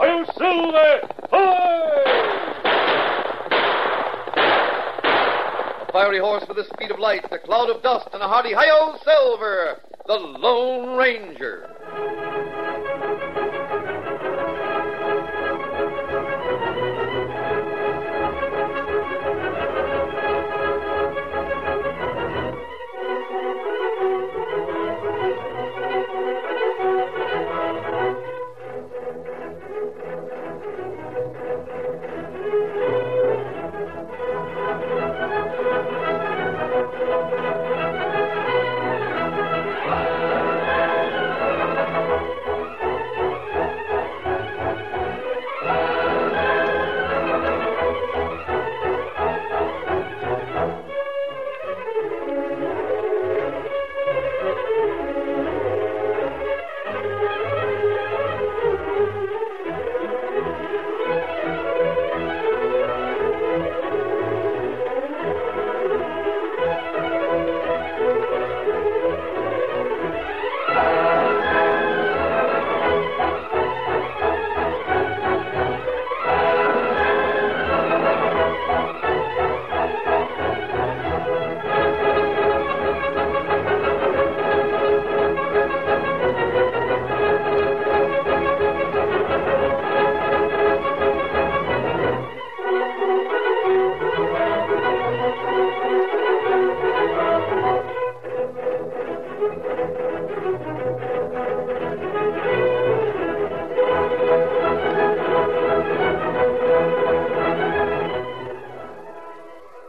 I'm Silver! A fiery horse with the speed of light, a cloud of dust, and a hearty hi silver, the Lone Ranger.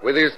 With his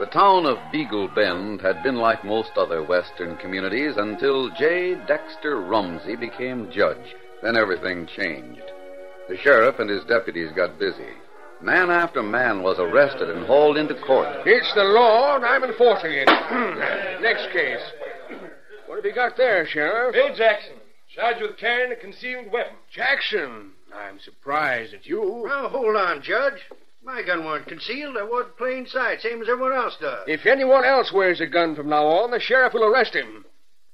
The town of Beagle Bend had been like most other Western communities until J. Dexter Rumsey became judge. Then everything changed. The sheriff and his deputies got busy. Man after man was arrested and hauled into court. It's the law, and I'm enforcing it. Next case. What have you got there, Sheriff? Bill Jackson, charged with carrying a concealed weapon. Jackson. I'm surprised at you. Now, hold on, Judge. My gun weren't concealed. I wore it in plain sight, same as everyone else does. If anyone else wears a gun from now on, the sheriff will arrest him.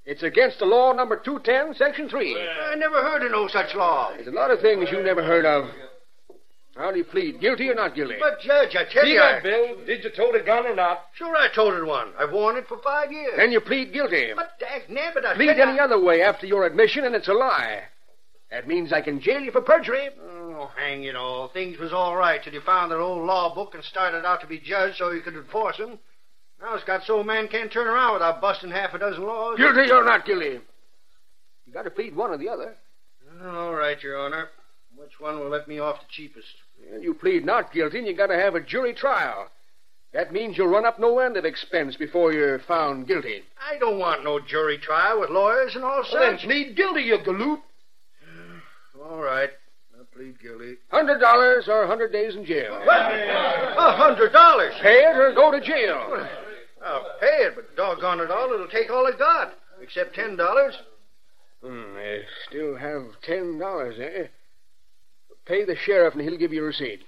It's against the law number 210, section 3. I never heard of no such law. There's a lot of things you never heard of. How do you plead? Guilty or not guilty? But, Judge, I tell See you, I- that, Bill? Did you tote a gun or not? sure I toted one. I've worn it for five years. Then you plead guilty. But, dag nabbit, I Plead said I- any other way after your admission, and it's a lie. That means I can jail you for perjury. Oh, hang it all. Things was all right till you found that old law book and started out to be judged so you could enforce 'em. Now it's got so a man can't turn around without busting half a dozen laws. Guilty or not guilty? You got to plead one or the other. All right, Your Honor. Which one will let me off the cheapest? And you plead not guilty, and you got to have a jury trial. That means you'll run up no end of expense before you're found guilty. I don't want no jury trial with lawyers and all Well, then such. plead guilty, you galoot. All right. I plead guilty. Hundred dollars or a hundred days in jail. What? A hundred dollars. Pay it or go to jail. I'll pay it, but doggone it all, it'll take all I got. Except ten dollars. Hmm, I still have ten dollars, eh? Pay the sheriff, and he'll give you a receipt.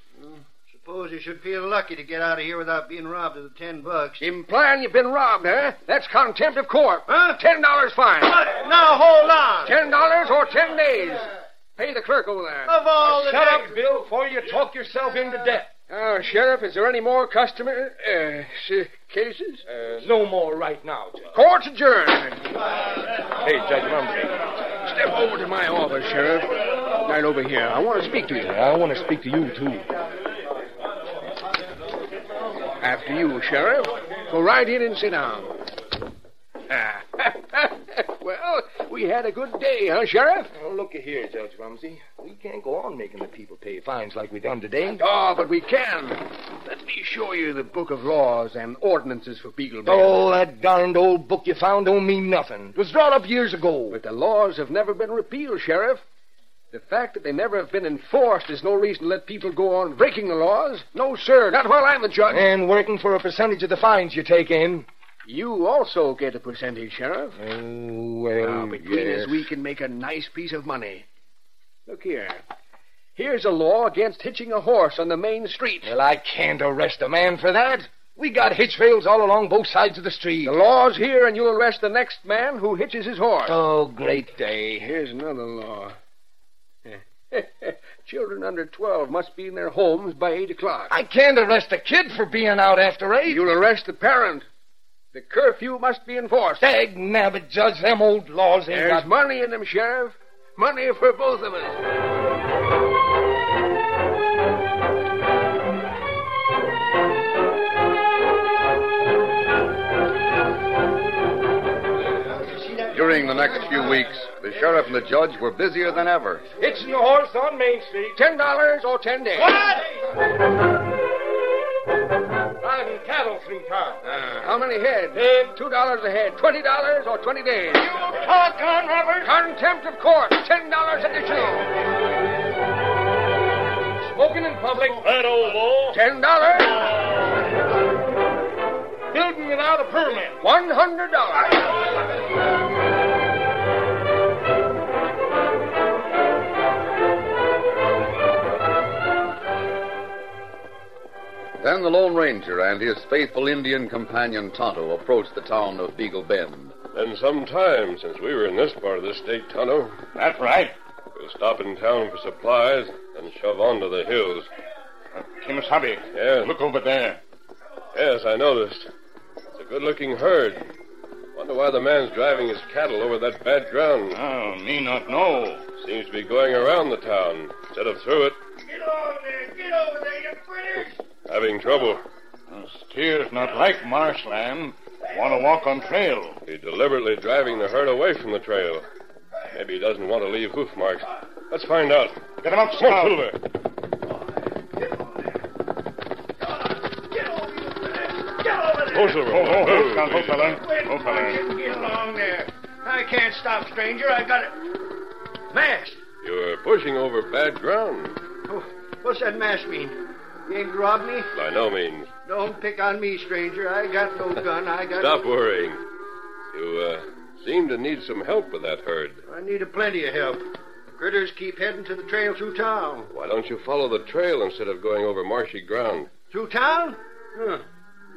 Suppose you should feel lucky to get out of here without being robbed of the ten bucks. Implying you've been robbed, huh? That's contempt of court. Huh? Ten dollars fine. Now hold on. Ten dollars or ten days. Pay the clerk over there. Of all the Shut neg- up, Bill, before you talk yourself into debt. Now, Sheriff, is there any more customer uh, s- cases? Uh, no more right now, Judge. Court's adjourned. Hey, Judge Mumsy. Step over to my office, Sheriff. Right over here. I want to speak to you. I want to speak to you, too. After you, Sheriff. Go right in and sit down. Ah. well, we had a good day, huh, Sheriff? Well, look here, Judge Rumsey. We can't go on making the people pay fines like we done today. Oh, but we can. Let me show you the book of laws and ordinances for Beagle Bay. Oh, that darned old book you found don't mean nothing. It was drawn up years ago. But the laws have never been repealed, Sheriff. The fact that they never have been enforced is no reason to let people go on breaking the laws. Eh. No, sir, not while I'm the judge. And working for a percentage of the fines you take in. You also get a percentage, Sheriff. Oh, well, Now, between yes. us, we can make a nice piece of money. Look here. Here's a law against hitching a horse on the main street. Well, I can't arrest a man for that. We got hitch rails all along both sides of the street. The law's here, and you'll arrest the next man who hitches his horse. Oh, great day. Here's another law. Children under 12 must be in their homes by 8 o'clock. I can't arrest a kid for being out after eight. You'll arrest the parent. The curfew must be enforced. dag nabbit, Judge. Them old laws ain't There's got... money in them, Sheriff. Money for both of us. During the next few weeks, the sheriff and the judge were busier than ever. Hitching a horse on Main Street. Ten dollars or ten days. Driving cattle three times. How many head? Ten. Two dollars a head. Twenty dollars or twenty days. Talk on, Robert. Contempt of court. Ten dollars additional. Smoking in public. That old law. Ten dollars. Uh. Building without a permit. One hundred dollars. Then the Lone Ranger and his faithful Indian companion Tonto approached the town of Beagle Bend. Been some time since we were in this part of the state, Tonto. That's right. We'll stop in town for supplies and shove on to the hills. Kimasabi, Yes, over there. yes, I noticed. It's a good-looking herd. Wonder why the man's driving his cattle over that bad ground. Oh, me not know. Seems to be going around the town instead of through it. Get over there! Get over there, you critters! Having trouble. Steer's not like marshland. Want to walk on trail. He's deliberately driving the herd away from the trail. Maybe he doesn't want to leave hoof marks. Let's find out. Get him up, Come on, Silver. Get over, you critters! Get over there! Go, Silver. Quit whining. Get along there. I can't stop, stranger. I got it. Mast. You're pushing over bad ground. Oh, what's that mast mean? You ain't robbed me? By no means. Don't pick on me, stranger. I got no gun. I got. Stop worrying. You uh, seem to need some help with that herd. I need a plenty of help. Critters keep heading to the trail through town. Why don't you follow the trail instead of going over marshy ground? Through town? Huh.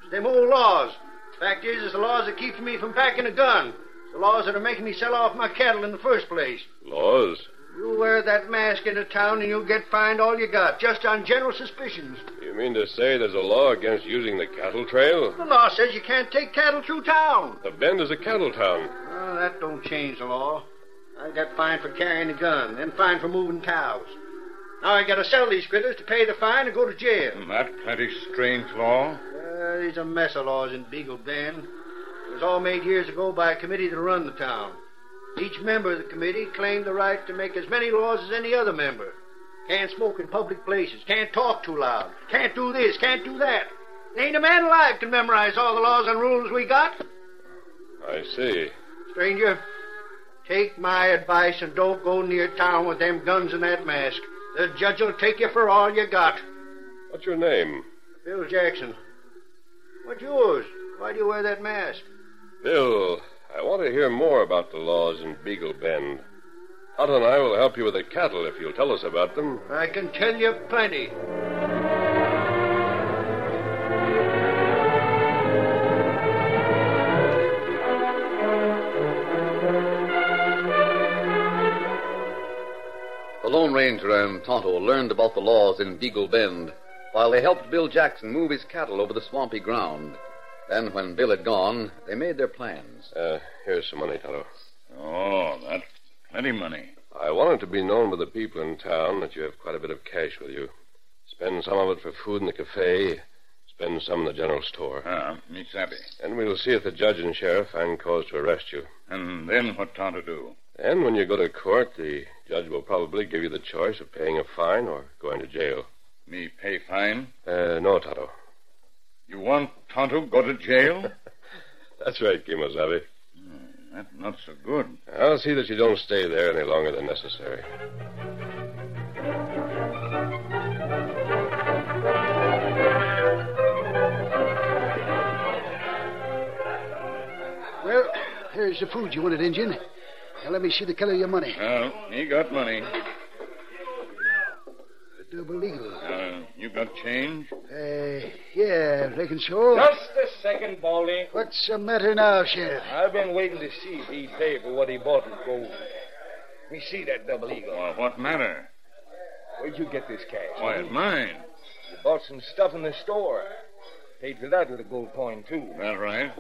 It's them old laws. Fact is, it's the laws that keeps me from packing a gun. It's the laws that are making me sell off my cattle in the first place. Laws? You wear that mask into town and you'll get fined all you got, just on general suspicions. You mean to say there's a law against using the cattle trail? The law says you can't take cattle through town. The Bend is a cattle town. Well, that don't change the law. I got fined for carrying a gun, then fined for moving cows. Now I gotta sell these critters to pay the fine and go to jail. That plenty strange law. Uh, these are mess of laws in Beagle Bend. It was all made years ago by a committee that run the town. Each member of the committee claimed the right to make as many laws as any other member. Can't smoke in public places, can't talk too loud, can't do this, can't do that. Ain't a man alive can memorize all the laws and rules we got. I see. Stranger, take my advice and don't go near town with them guns and that mask. The judge will take you for all you got. What's your name? Bill Jackson. What's yours? Why do you wear that mask? Bill, I want to hear more about the laws in Beagle Bend. Otto and I will help you with the cattle if you'll tell us about them. I can tell you plenty. The Lone Ranger and Tonto learned about the laws in Beagle Bend while they helped Bill Jackson move his cattle over the swampy ground. Then, when Bill had gone, they made their plans. Uh, here's some money, Tonto. Oh, that's plenty money. I want it to be known by the people in town that you have quite a bit of cash with you. Spend some of it for food in the cafe, spend some in the general store. Ah, me savvy. And we'll see if the judge and sheriff find cause to arrest you. And then what Tonto do? And when you go to court, the judge will probably give you the choice of paying a fine or going to jail. Me pay fine? Uh, no, Tonto. You want Tonto go to jail? Hmm, That's right, Kimosabe. that's not so good. I'll see that you don't stay there any longer than necessary. Well, here's the food you wanted, Injun. Now let me see the color of your money. Well, he got money. Double eagle. Uh, you got change? Uh, yeah, reckon so. Just a second, Baldy. What's the matter now, Sheriff? I've been waiting to see if he'd pay for what he bought with gold. We see that double eagle. Well, Uh, what matter? Where'd you get this cash? Why, it's mine. You bought some stuff in the store. Paid for that with a gold coin, too. That right?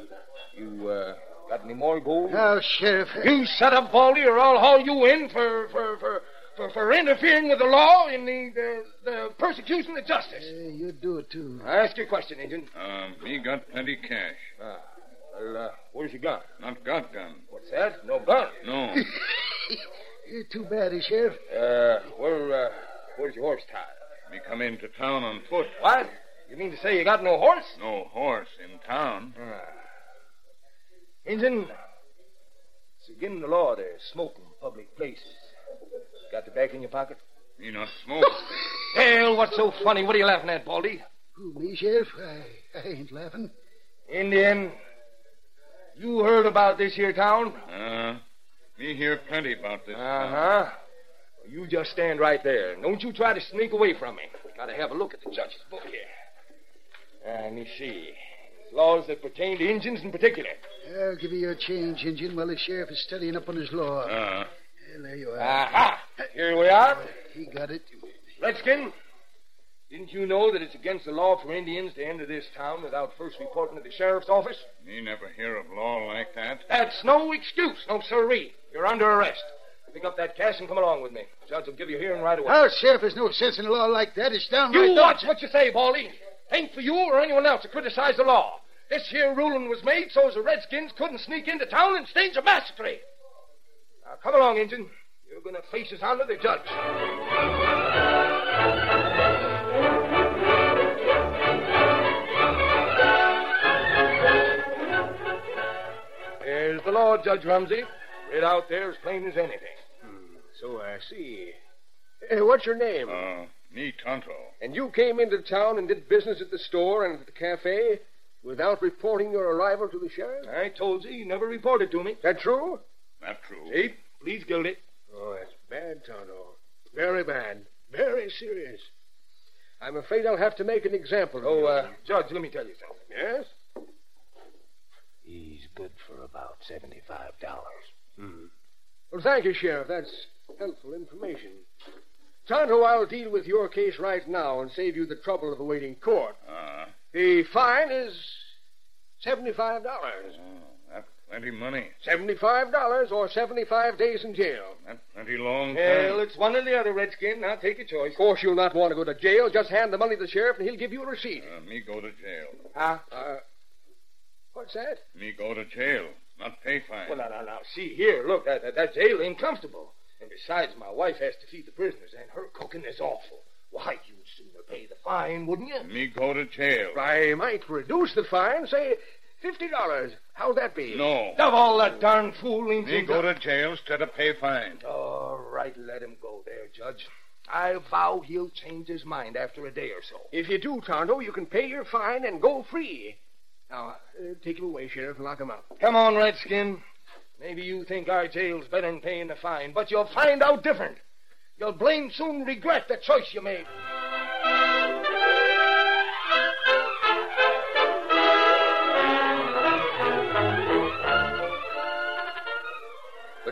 You, uh, got any more gold? Now, Sheriff. uh, You set up, Baldy, or I'll haul you in for, for, for, for, for interfering with the law in the, the, the persecution of Uh, justice. you do it too. I ask you a question, Injun. Um, he got plenty cash. Well, uh, where's your gun? Not got gun. What's that? No gun. No. You're too bad, eh, Sheriff. Uh, where, uh, where's your horse tied? me come into town on foot. What? You mean to say you got no horse? No horse in town. Injun, it's again the law there, smoking in public places. Got the bag in your pocket? Me not smoke. Hell, what's so funny? What are you laughing at, Baldy? Who, me, Sheriff? I, I ain't laughing. Indian, you heard about this here town? Uh, me hear plenty about this. Uh town. huh. You just stand right there. Don't you try to sneak away from me. Gotta have a look at the judge's book here. Uh, let me see. Laws that pertain to Indians in particular. I'll give you your change, Injun, while the Sheriff is studying up on his law. Uh-huh. Uh, Well, there you are. Uh-huh. Aha! Ah, Here we are. He got it. Redskin, didn't you know that it's against the law for Indians to enter this town without first reporting to the sheriff's office? me never hear of law like that. That's no excuse, no siree. You're under arrest. Pick up that cash and come along with me. Judge will give you a hearing right away. Oh, Sheriff, there's no sense in a law like that. It's downright. You watch what you say, Baldy. Ain't for you or anyone else to criticize the law. This here ruling was made so as the Redskins couldn't sneak into town and stage a massacre. Now come along, Injun. You're gonna face us under the judge. There's the law, Judge Rumsey. Read out there as plain as anything. So Oh, I see. Hey, what's your name? Uh, me Tonto. And you came into town and did business at the store and at the cafe without reporting your arrival to the sheriff? I told you, you never reported to me. That true? Not true. See? Please, guilty. Oh, that's bad, Tonto. Very bad. Very serious. I'm afraid I'll have to make an example. of Oh, you. uh, Judge, let me tell you something. yes? He's good for about seventy-five dollars. Hmm. Well, thank you, Sheriff. That's helpful information. Tonto, I'll deal with your case right now and save you the trouble of awaiting court. Uh, The fine is seventy-five dollars. oh, that's plenty money. Seventy-five dollars or seventy-five days in jail. That's plenty long Well, time. it's one or the other, Redskin. Now take your choice. Of course, you'll not want to go to jail. Just hand the money to the sheriff, and he'll give you a receipt. Uh, me go to jail. Huh? Uh, what's that? Me go to jail. Not pay fine. Well, now, now, now, see here. Look, that, that, that jail ain't comfortable. And besides, my wife has to feed the prisoners, and her cooking is awful. Why, you'd sooner pay the fine, wouldn't you? me go to jail. I might reduce the fine, say fifty dollars. How'd that be? No. Of all that darn fool Me Injun. go to jail instead of pay fine. All right, let him go there, Judge. I vow he'll change his mind after a day or so. If you do, Tonto, you can pay your fine and go free. Now, uh, take him away, Sheriff, and lock him up. Come on, Redskin. Maybe you think our jail's better than paying the fine, but you'll find out different. You'll blame soon regret the choice you made. The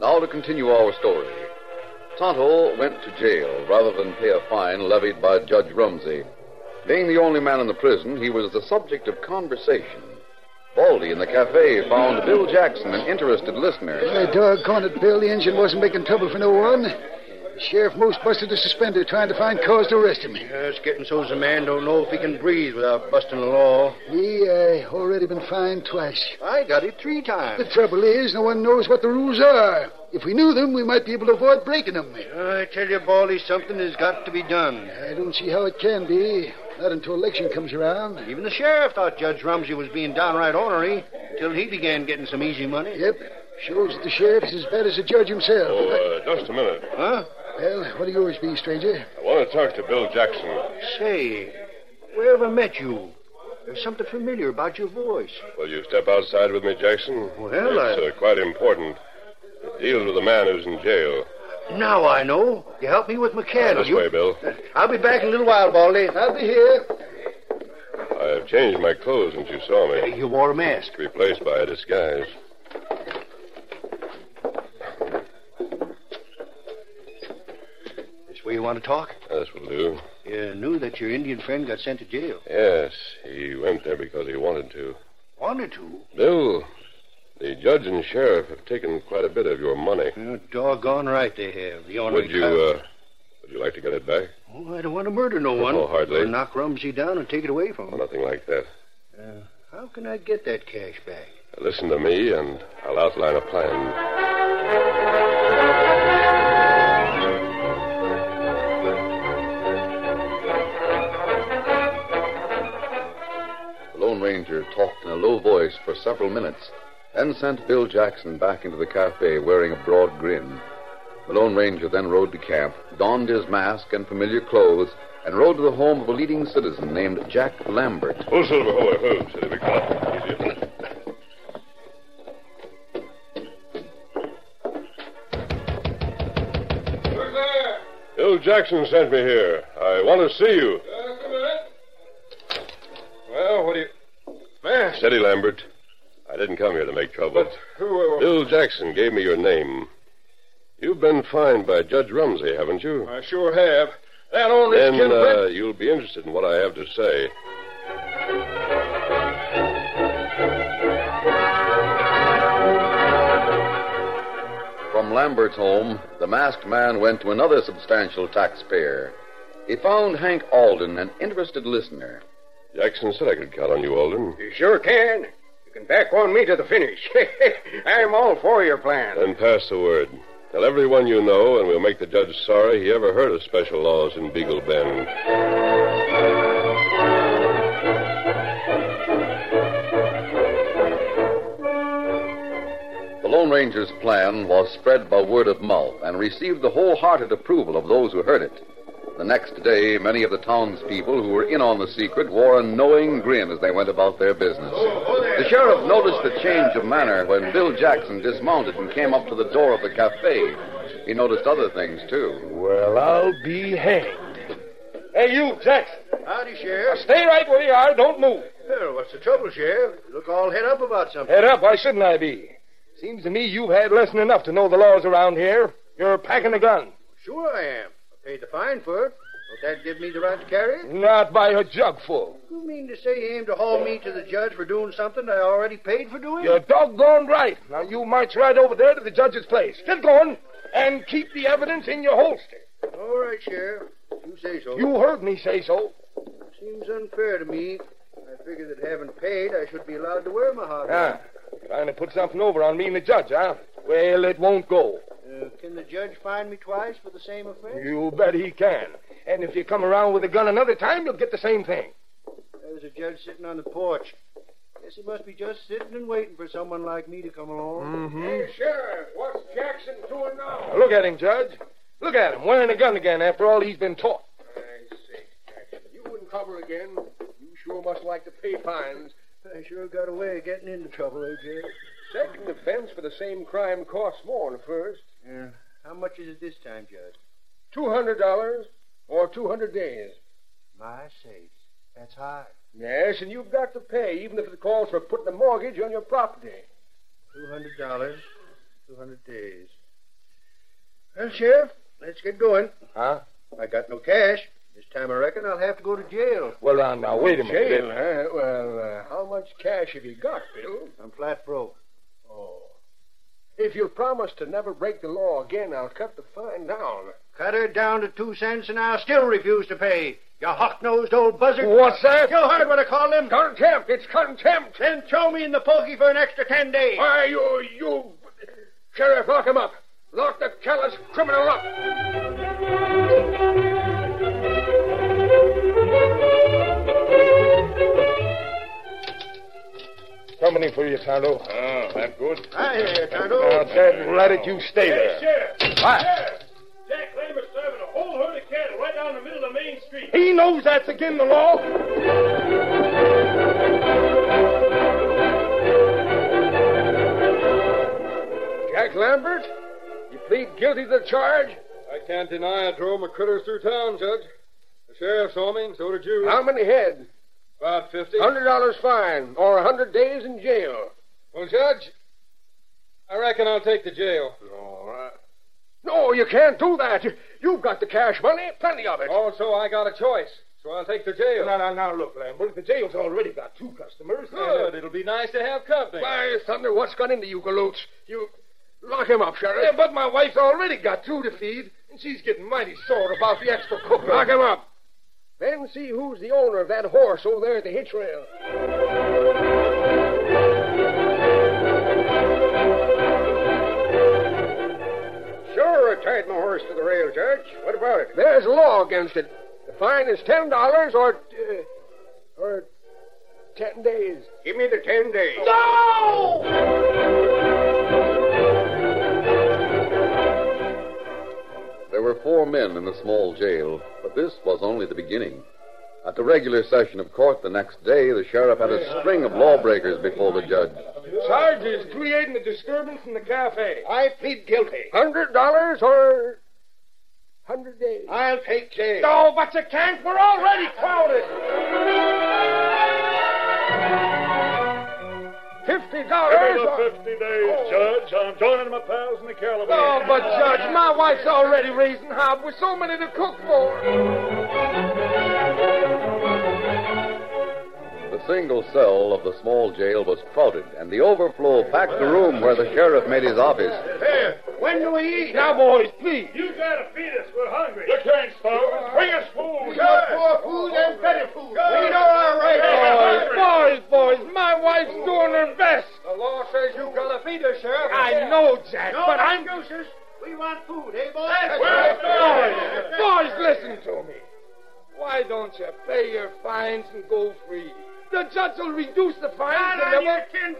Now to continue our story. Tonto went to jail rather than pay a fine levied by Judge Rumsey. Being the only man in the prison, he was the subject of conversation. Baldy in the cafe found Bill Jackson an interested listener. Hey, doggone it, Bill. The engine wasn't making trouble for no one. Sheriff Most busted a suspender trying to find cause to arrest him. Yeah, it's getting so's a man don't know if he can breathe without busting the law. He uh, already been fined twice. I got it three The times. trouble is, no one knows what the rules are. If we knew them, we might be able to avoid breaking them. Uh, I tell you, Baldy, something has got to be done. I don't see how it can be. Not until election comes around. Even the sheriff thought Judge Rumsey was being downright ornery until he began getting some easy money. Yep. Shows that the sheriff's as bad as the judge himself. Oh, uh, just a minute. Huh? Well, what'll yours be, stranger? I want to talk to Bill Jackson. Say, wherever met you? There's something familiar about your voice. Will you step outside with me, Jackson? Well, I- It's uh, quite important. It deals with a man who's in jail. Now I know. You help me with my cattle. this you... way, Bill. I'll be back in a little while, Baldy. I'll be here. I've changed my clothes since you saw me. You wore a mask. Replaced by a disguise. This way you want to talk? This will do. You knew that your Indian friend got sent to jail. Yes, he went there because he wanted to. Wanted to. Bill, the judge and sheriff have taken quite a bit of your money. You're doggone right they have. The ornery Would you, coward. uh, would you like to get it back? Oh, I don't want to murder no one. Oh, hardly. Or knock Rumsey down and take it away from Well, him. nothing like that. Uh, How can I get that cash back? Listen to me, and I'll outline a plan. The Lone Ranger talked in a low voice for several minutes, then sent Bill Jackson back into the cafe wearing a broad grin. The Lone Ranger then rode to camp, donned his mask and familiar clothes, and rode to the home of a leading citizen named Jack Lambert. Oh, Silver, oh, oh, Silver, come on. Easy upon it. Who's there? Bill Jackson sent me here. I want to see you. Just a minute. Well, what do you... Man, Steady, Lambert. I didn't come here to make trouble. who... Bill Jackson gave me your name. You've been fined by Judge Rumsey, haven't you? Oh, I sure have. That only Then skin... uh, you'll be interested in what I have to say. From Lambert's home, the masked man went to another substantial taxpayer. He found Hank Alden, an interested listener. Jackson said I could count on you, Alden. You sure can. You can back on me to the finish. I'm all for your plan. Then pass the word. Tell everyone you know, and we'll make the judge sorry he ever heard of special laws in Beagle Bend. The Lone Ranger's plan was spread by word of mouth and received the wholehearted approval of those who heard it. The next day, many of the townspeople who were in on the secret wore a knowing grin as they went about their business. The sheriff noticed the change of manner when Bill Jackson dismounted and came up to the door of the cafe. He noticed other things, too. Well, I'll be hanged. Hey, you, Jackson. Howdy, Sheriff. Stay right where you are. Don't move. Well, what's the trouble, Sheriff? You look all head up about something. Head up. Why shouldn't I be? Seems to me you've had lesson enough to know the laws around here. You're packing a gun. Sure I am. I paid the fine for it. Won't that give me the right to carry it? Not by a jugful. You mean to say you aim to haul me to the judge for doing something I already paid for doing? You're doggone right. Now you march right over there to the judge's place. Get going and keep the evidence in your holster. All right, Sheriff. You say so. You heard me say so. Seems unfair to me. I figure that having paid, I should be allowed to wear my hobby. Ah, trying to put something over on me and the judge, huh? Well, it won't go. Uh, can the judge fine me twice for the same offense? You bet he can. And if you come around with a gun another time, you'll get the same thing. There's a judge sitting on the porch. Guess he must be just sitting and waiting for someone like me to come along. Mm-hmm. Sheriff, what's Jackson doing now? Look at him, Judge. Look at him, wearing a gun again after all he's been taught. I say, Jackson, you in trouble again. You sure must like to pay fines. I sure got a way of getting into trouble, eh, AJ. Second offense for the same crime costs more than the first. Yeah. How much is it this time, Judge? Two hundred dollars or two hundred days. My sakes, that's high. Yes, and you've got to pay, even if it calls for putting a mortgage on your property. Two hundred dollars, two hundred days. Well, Sheriff, let's get going. Huh? I got no cash. This time I reckon I'll have to go to jail. Well, now, now wait a minute. Jail, huh? Well, uh, how much cash have you got, Bill? I'm flat broke. Oh. If you'll promise to never break the law again, I'll cut the fine down. Cut her down to two cents and I'll still refuse to pay. You hawk-nosed old buzzard. What's that? You heard what I called him. Contempt! It's contempt! Then throw me in the pokey for an extra ten days. Why, you, you... Sheriff, lock him up. Lock the callous criminal up. Company for you, Tonto. Oh, that good? Hi there, Now, Tonto. Dad, let it you Hey, stay there. Sheriff! What? Sheriff! Jack Laver's serving a whole herd of cattle right down the middle of Main Street. He knows that's again the law. Jack Lambert, you plead guilty to the charge? I can't deny I drove my critters through town, Judge. The sheriff saw me, and so did you. How many head? About 50. Hundred dollars fine or a hundred days in jail. Well, Judge, I reckon I'll take the jail. All right. No, you can't do that. You, you've got the cash money, plenty of it. Also, I got a choice, so I'll take the jail. Now, now, now, look, Lambert. The jail's already got two customers. Good. It'll be nice to have company. Why, thunder, what's got into you, Galoots? You lock him up, Sheriff. Yeah, but my wife's already got two to feed, and she's getting mighty sore about the extra cooker. Lock him up. Then see who's the owner of that horse over there at the hitch rail. Sure, I tied my horse to the rail, Judge. What about it? There's a law against it. The fine is ten dollars or uh, or ten days. Give me the ten days. There were four men in the small jail, but this was only the beginning. At the regular session of court the next day, the sheriff had a string of lawbreakers before the judge. Sarge is creating a disturbance in the cafe. I plead guilty. Hundred dollars or hundred days. I'll take jail. No, but you can't. We're already crowded. Fifty Give dollars. me or- the 50 days, Oh. Judge. I'm joining my pals in the calabash. Oh, but Judge, my wife's already raising hob with so many to cook for. The single cell of the small jail was crowded, and the overflow packed the room where the sheriff made his office. When do we eat? Now, boys, please. Uh, You gotta feed us. We're hungry. You can't starve us. Bring us food. food and better food. We know our rights. Boys, boys, boys, my wife's doing her best. The law says you gotta feed us, Sheriff. I know, Jack, No but I'm. excuses. We want food, eh, boys? right. Boys, boys, listen to me. Why don't you pay your fines and go free? The judge will reduce the fines and the. tin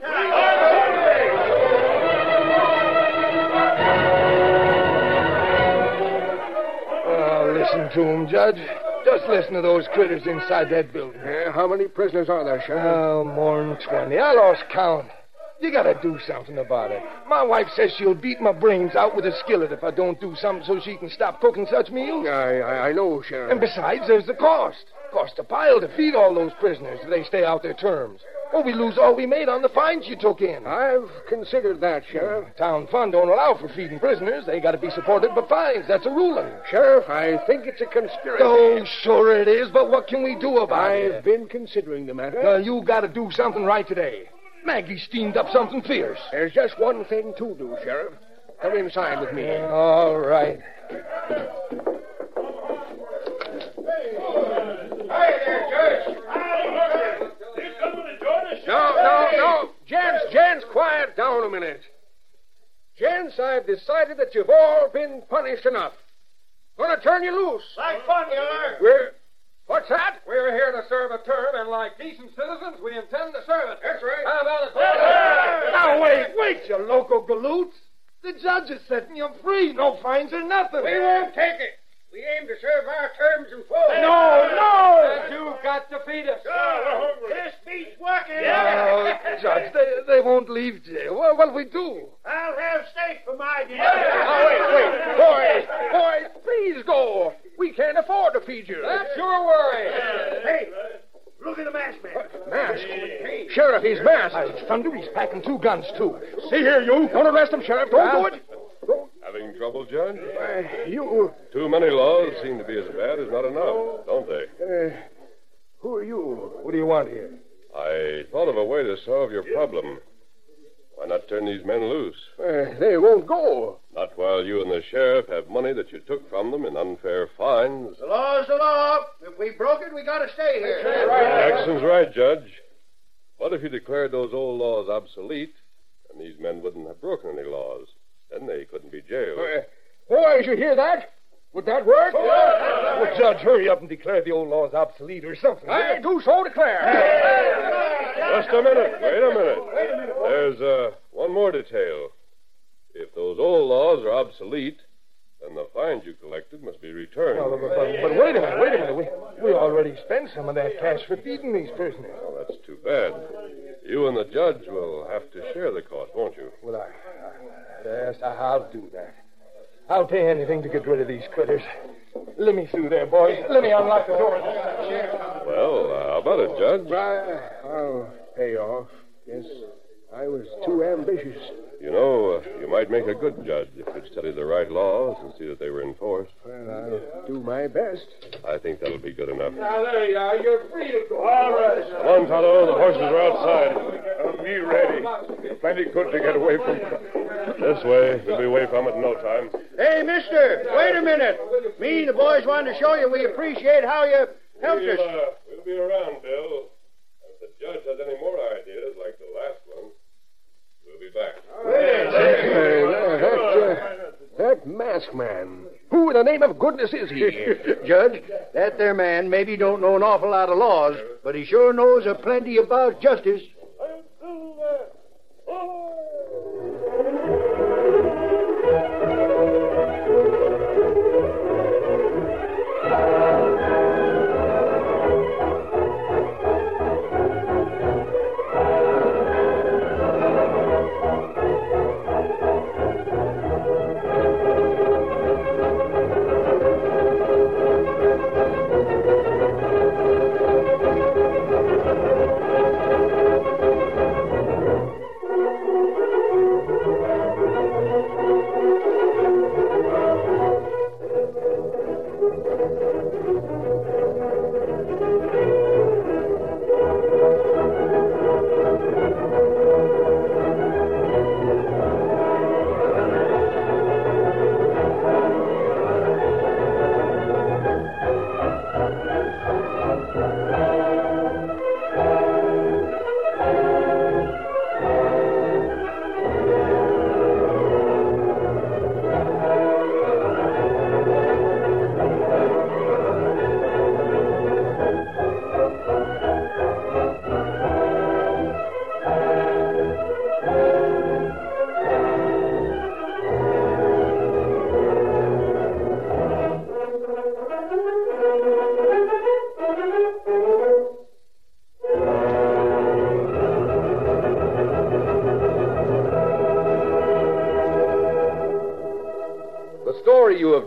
Oh, listen to him, Judge. Just listen to those critters inside that building. Yeah, how many prisoners are there, Sheriff? Oh, more than 20. I lost count. You gotta do something about it. My wife says she'll beat my brains out with a skillet if I don't do something so she can stop cooking such meals. I, I, I know, Sheriff. And besides, there's the cost. Cost a pile to feed all those prisoners if they stay out their terms. Well, we lose all we made on the fines you took in. Hmm. I've considered that, Sheriff. Town fund don't allow for feeding prisoners. They got to be supported by fines. That's a ruling. Sheriff, I think it's a conspiracy. Oh, sure it is, but what can we do about I've it? been considering the matter. Well, Uh, you got to do something right today. Maggie steamed up something fierce. There's just one thing to do, Sheriff. Come inside with me. All right. Hey there, Judge. Here's someone to join us. No, no, no. Gents, gents, quiet down a minute. Gents, I've decided that you've all been punished enough. Gonna turn you loose. Like fun, Miller. We're. What's that? We're here to serve a term, and like decent citizens, we intend to serve it. That's right. How about it? Now, wait, wait, you local galoots. The judge is setting you free. No fines or nothing. We won't take it. We aim to serve our terms in full. No, no. you got to feed us. This beats working. Oh, Judge, they, they won't leave jail. Well, what we do? Oh, I'll have steak for my dinner. wait, wait. Boys, boys, please go. We can't afford to feed you. That's your worry. Hey, look at the masked man. Masked? Sheriff, he's masked. Thunder, he's packing two guns, too. See here, you. Don't arrest him, Sheriff. Don't do it. Having trouble, Judge? Uh, you. Too many laws seem to be as bad as not enough, don't they? Uh, who are you? What do you want here? I thought of a way to solve your problem. Why not turn these men loose? Uh, they won't go. Not while you and the sheriff have money that you took from them in unfair fines. The law's the law. If we broke it, we gotta stay here. Jackson's right, Judge. What if you declared those old laws obsolete, and these men wouldn't have broken any laws? Then they couldn't be jailed. Oh, Boys, you hear that? Would that work? Well, Judge, hurry up and declare the old laws obsolete or something. I do so declare. Just a minute. Wait a minute. There's uh, one more detail. If those old laws are obsolete, then the fines you collected must be returned. But, but- but- but wait a minute, wait a minute. We, we already spent some of that cash for feeding these prisoners. Well, that's too bad. You and the judge will have to share the cost, won't you? Well, I, I, yes, I, I'll do that. I'll pay anything to get rid of these critters. Let me through there, boys. Let me unlock the door. Well, uh, how about it, Judge? I'll pay off. Yes, I was too ambitious. You know, uh, you might make a good judge if you'd study the right laws and see that they were enforced. Well, I'll do my best. I think that'll be good enough. Now, there you are. You're free to go. All right. Come on, Tonto. The horses are outside. Me ready. Plenty good to get away from. This way. We'll be away from it in no time. Hey, mister, wait a minute. Me and the boys wanted to show you we appreciate how you helped We'll, us. uh, we'll be around, Bill. If the judge has any more ideas like the last one, we'll be back. that, uh, that masked man. Who in the name of goodness is he? Judge, that there man maybe don't know an awful lot of laws, but he sure knows a plenty about justice. The story you have